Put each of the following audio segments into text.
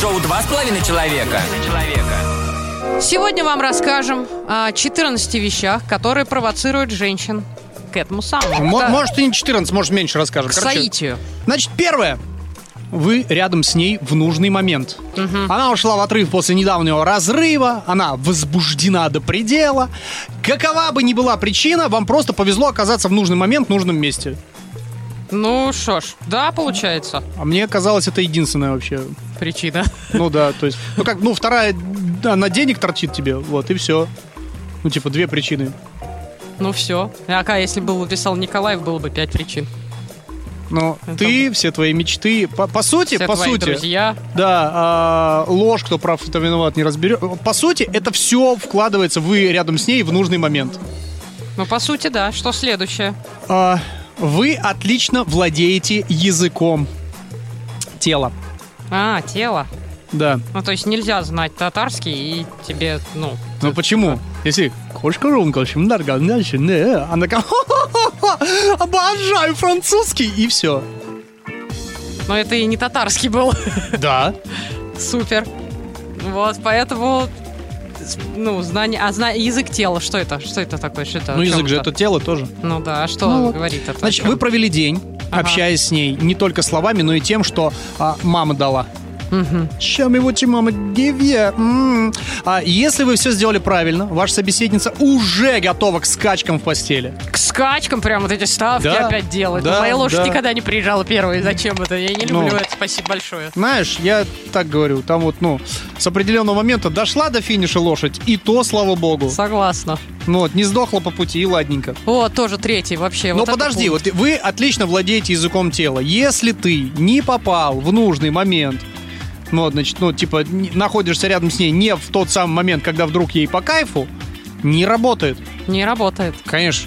шоу «Два с половиной человека». Сегодня вам расскажем о 14 вещах, которые провоцируют женщин к этому самому. Мо- к- Может, и не 14, может, меньше к расскажем. Короче, соитию. Значит, первое. Вы рядом с ней в нужный момент. Она ушла в отрыв после недавнего разрыва, она возбуждена до предела. Какова бы ни была причина, вам просто повезло оказаться в нужный момент в нужном месте. Ну что ж, да, получается А мне казалось, это единственное вообще. причина. Ну да, то есть, ну как, ну вторая, да, она денег торчит тебе, вот, и все. Ну, типа, две причины. Ну все. Ака, если бы писал Николаев, было бы пять причин. Но Это ты, все твои мечты, по, по сути, Все Типа, по твои сути, друзья. Да, а, ложь, кто прав, кто виноват, не разберет. По сути, это все вкладывается вы рядом с ней в нужный момент. Ну, по сути, да. Что следующее? А, вы отлично владеете языком тела. А, тело. Да. Ну, то есть нельзя знать татарский, и тебе, ну... Ну почему? Если кошка рунка, чем дорога, значит, не. Она такая, «Хо-хо-хо-хо, обожаю французский, и все. Но это и не татарский был. Да. Супер. Вот, поэтому... Ну, знание... А зна... язык тела, что это? Что это такое? Что это? О Ну язык чём же это тело тоже. Ну да, а что Ну вот. говорит это? Значит, вы провели день, Ага. общаясь с ней не только словами, но и тем, что а, мама дала. Мгм. Чем его тебе, мама give you? М. А если вы все сделали правильно, ваша собеседница уже готова к скачкам в постели. К скачкам прям вот эти ставки Да, опять делают. да, Моя лошадь да. никогда не приезжала первой. Зачем это? Я не люблю Ну. это. Спасибо большое. Знаешь, я так говорю, там вот, ну, с определенного момента дошла до финиша лошадь, и то, слава богу. Согласна. Ну вот, не сдохла по пути, и ладненько. О, тоже третий вообще. Но Вот это Ну, подожди, пункт. вот вы отлично владеете языком тела. Если ты не попал в нужный момент, ну, вот, значит, ну, типа, не- находишься рядом с ней не в тот самый момент, когда вдруг ей по кайфу, не работает. Не работает. Конечно.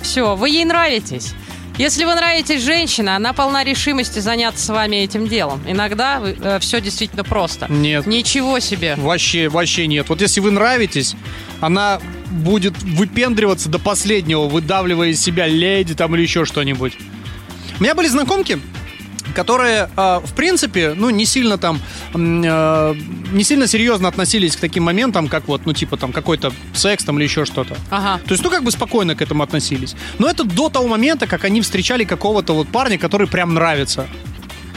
Все, вы ей нравитесь. Если вы нравитесь женщина, она полна решимости заняться с вами этим делом. Иногда все действительно просто. Нет. Ничего себе. Вообще, вообще нет. Вот если вы нравитесь, она будет выпендриваться до последнего, выдавливая из себя леди там или еще что-нибудь. У меня были знакомки, которые, э, в принципе, ну, не сильно там, м, э, не сильно серьезно относились к таким моментам, как вот, ну, типа там какой-то секс там или еще что-то. Ага. То есть, ну, как бы спокойно к этому относились. Но это до того момента, как они встречали какого-то вот парня, который прям нравится.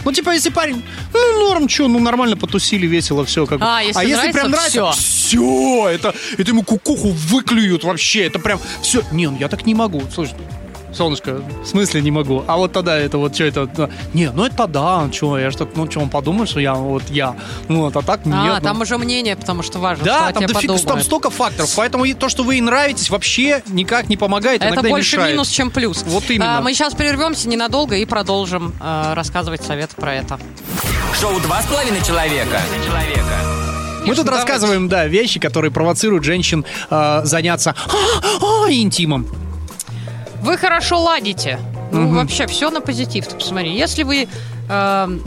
Ну, типа, если парень, ну, норм, чё, ну, нормально потусили, весело, все как бы. А, если нравится, прям всё. нравится, все, это, это ему кукуху выклюют вообще, это прям все. Не, ну, я так не могу, слушай. Солнышко, в смысле не могу? А вот тогда это вот что это? да. Не, ну это да, чё, я ж так, ну что, он подумает, что я вот я. Ну вот, а так нет. а, ну. там уже мнение, потому что важно, что Да, о там, тебе дофиг- подумают. там столько факторов, поэтому и то, что вы ей нравитесь, вообще никак не помогает, Это иногда и больше мешает. минус, чем плюс. Вот именно. А, мы сейчас прервемся ненадолго и продолжим э, рассказывать совет про это. Шоу «Два с половиной человека». Мы тут Конечно, давайте. рассказываем, да, вещи, которые провоцируют женщин э, заняться а, а, интимом. Вы хорошо ладите. Ну, Мгм. вообще, все на позитив. Ты посмотри, если вы эм,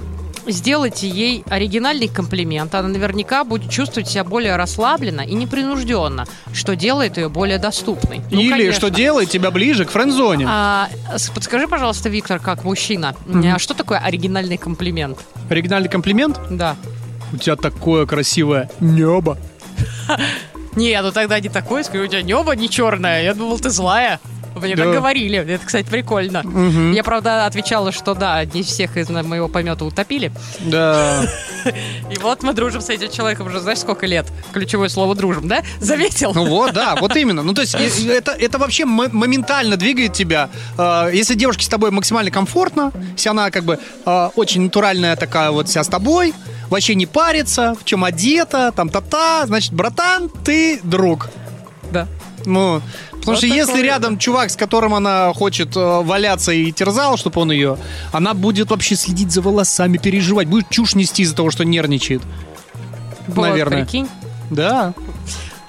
сделаете ей оригинальный комплимент, она наверняка будет чувствовать себя более расслабленно и непринужденно, что делает ее более доступной. Ну, Или конечно. что делает тебя ближе к френдзоне. А, с- подскажи, пожалуйста, Виктор, как мужчина, а что такое оригинальный комплимент? Оригинальный комплимент. Да. У тебя такое красивое небо. Не, ну тогда не такое, скажу, у тебя небо не черное. Я думал, ты злая. Мне так Да. говорили. Это, кстати, прикольно. Я, правда, отвечала, что да, не всех из моего помета утопили. Да. И вот мы дружим с этим человеком уже, знаешь, сколько лет? Ключевое слово дружим, да? Заметил? Ну вот, да, вот именно. Ну то есть и- и это, это вообще м- моментально двигает тебя. Э, Если девушке с тобой максимально комфортно, если она как бы э, очень натуральная такая вот вся с тобой, вообще не парится, в чем одета, там та-та, значит, братан, ты друг. Да. Ну, потому Вот что если такое. рядом чувак, с которым она хочет э, валяться и терзал, чтобы он ее, она будет вообще следить за волосами, переживать, будет чушь нести из-за того, что нервничает. Вот, Наверное. прикинь. Да,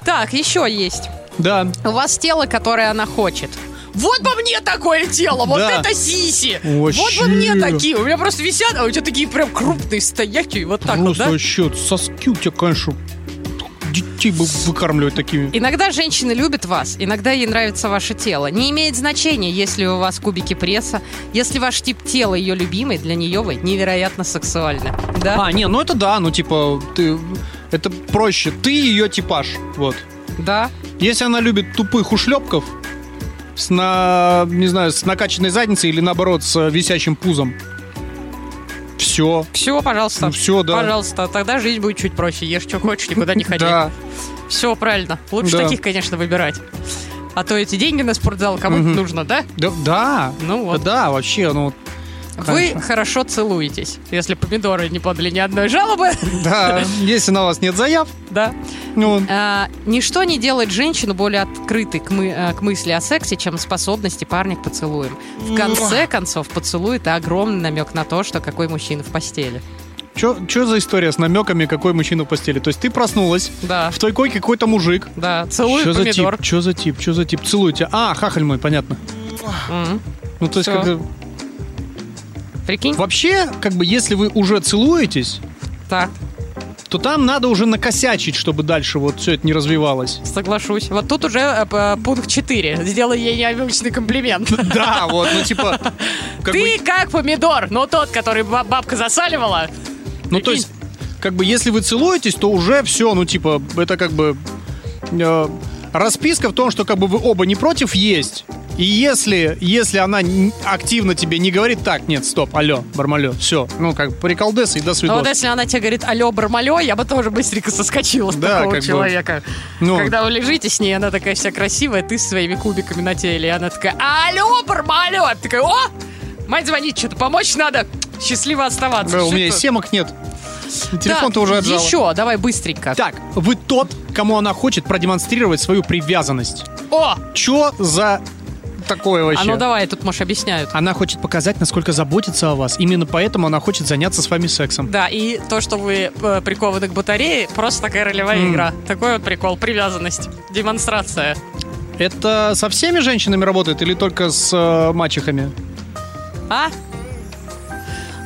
Так, еще есть. да. У вас тело, которое она хочет. Вот бы мне такое тело, вот Да. это сиси. Вот Вообще. бы мне такие. У меня просто висят, а у тебя такие прям крупные, стоячие, вот так вот, Просто да? вообще, соски у тебя, конечно, детей бы выкармливать такими. Иногда женщины любят вас, иногда ей нравится ваше тело. Не имеет значения, если у вас кубики пресса, если ваш тип тела ее любимый, для нее вы невероятно сексуальны. Да? А, не, ну это да, ну типа, ты... Это проще. Ты ее типаж, вот. Да. Если она любит тупых ушлепков с, на, не знаю, с накачанной задницей или наоборот с э, висящим пузом, все. Все, пожалуйста. Ну, всё, да. Пожалуйста, тогда жизнь будет чуть проще. Ешь, что хочешь, никуда не ходи. Да. Все правильно. Лучше Да. таких, конечно, выбирать. А то эти деньги на спортзал кому-то Мгм. нужно, да? Да, да, Ну вот. да, вообще, ну Вы хорошо целуетесь. Если помидоры не подали ни одной жалобы, да, если на вас нет заяв, да. ну А, ничто не делает женщину более открытой к, мы- э, к мысли о сексе, чем способности парня к поцелуям. В конце концов, поцелуй — это огромный намек на то, что какой мужчина в постели. что за история с намеками, какой мужчина в постели? То есть ты проснулась, Да, в той койке какой-то мужик. да, целуй Чё за помидор. тип? Что за тип? Что за тип? Целую тебя. А, хахаль мой, понятно. Мгм. Ну, то есть, Всё. как-то- Прикинь? вообще, как бы, если вы уже целуетесь, Да, то там надо уже накосячить, чтобы дальше вот все это не развивалось. соглашусь. Вот тут уже э, п- пункт 4. Сделай ей необычный комплимент. Да, вот, ну, типа... как Ты как помидор, но тот, который ба- бабка засаливала. бы- Ну, то есть, как бы, если вы целуетесь, то уже все, ну, типа, это как бы... э, Расписка в том, что как бы вы оба не против есть. И если, если она н- активно тебе не говорит, так, нет, стоп, алло, бармалё, все, ну как приколдесы и до Но свидос. Ну, вот если она тебе говорит алло, бармалё, я бы тоже быстренько соскочила с Да, такого как бы. человека. Ну. Когда вы лежите с ней, она такая вся красивая, ты со своими кубиками на теле, и она такая алло, бармалё! Ты такая, о, мать звонит, что-то помочь надо, счастливо оставаться. Да, Э, у Что меня и это? семок нет. И Да, Телефон-то уже отжал. Еще, давай быстренько. А Так, вы тот, кому она хочет продемонстрировать свою привязанность. О, Чё за такое вообще? а ну давай, тут, может, объясняют. Она хочет показать, насколько заботится о вас. Именно поэтому она хочет заняться с вами сексом. Да, и то, что вы э, прикованы к батарее, просто такая ролевая М. игра. Такой вот прикол, привязанность, демонстрация. Это со всеми женщинами работает или только с э, мачехами? А?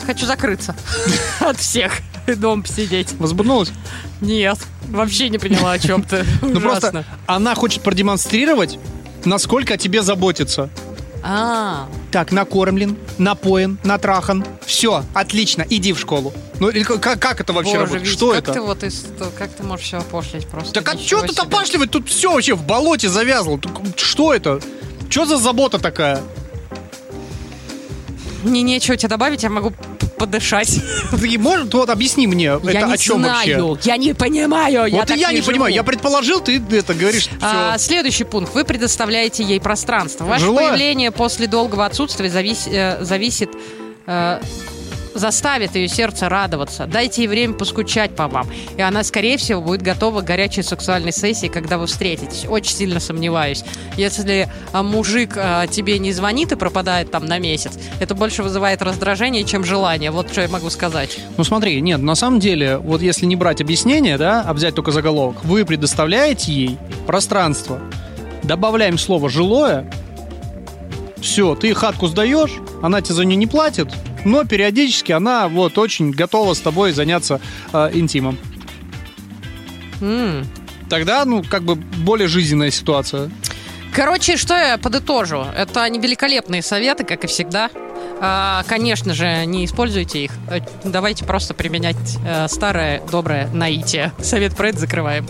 Хочу закрыться от всех и дом посидеть. Возбуднулась? Нет, вообще не поняла, о чем ты. Ну просто Ужасно. она хочет продемонстрировать, насколько о тебе заботится. А, Так, накормлен, напоен, натрахан. Все, отлично, иди в школу. Ну, или к- как, как это вообще боже, работает? Вить, Что как это? ты вот из- как ты можешь все опошлить просто? Так а Ничего что тут себе. опашливать? Тут все вообще в болоте завязло. Тут Что это? Что за забота такая? Мне нечего тебе добавить, я могу п- подышать. Ты может, вот объясни мне, я это не о чем знаю, вообще? я не понимаю. я вот и так я не живу. понимаю, я предположил, ты это говоришь, все. А, следующий пункт. Вы предоставляете ей пространство. Ваше Жилое? появление после долгого отсутствия завис- э, зависит... э, заставит ее сердце радоваться. Дайте ей время поскучать по вам. И она, скорее всего, будет готова к горячей сексуальной сессии, когда вы встретитесь. Очень сильно сомневаюсь. Если а, мужик а, тебе не звонит и пропадает там на месяц, это больше вызывает раздражение, чем желание. Вот что я могу сказать. Ну смотри, нет, на самом деле, вот если не брать объяснение, да, а взять только заголовок, вы предоставляете ей пространство, добавляем слово «жилое», все, ты хатку сдаешь, она тебе за нее не платит, но периодически она вот очень готова с тобой заняться э, интимом. М. Тогда, ну, как бы более жизненная ситуация. Короче, что я подытожу? Это они великолепные советы, как и всегда. А, конечно же, не используйте их. Э, Давайте просто применять э, старое доброе наитие. Совет про это закрываем.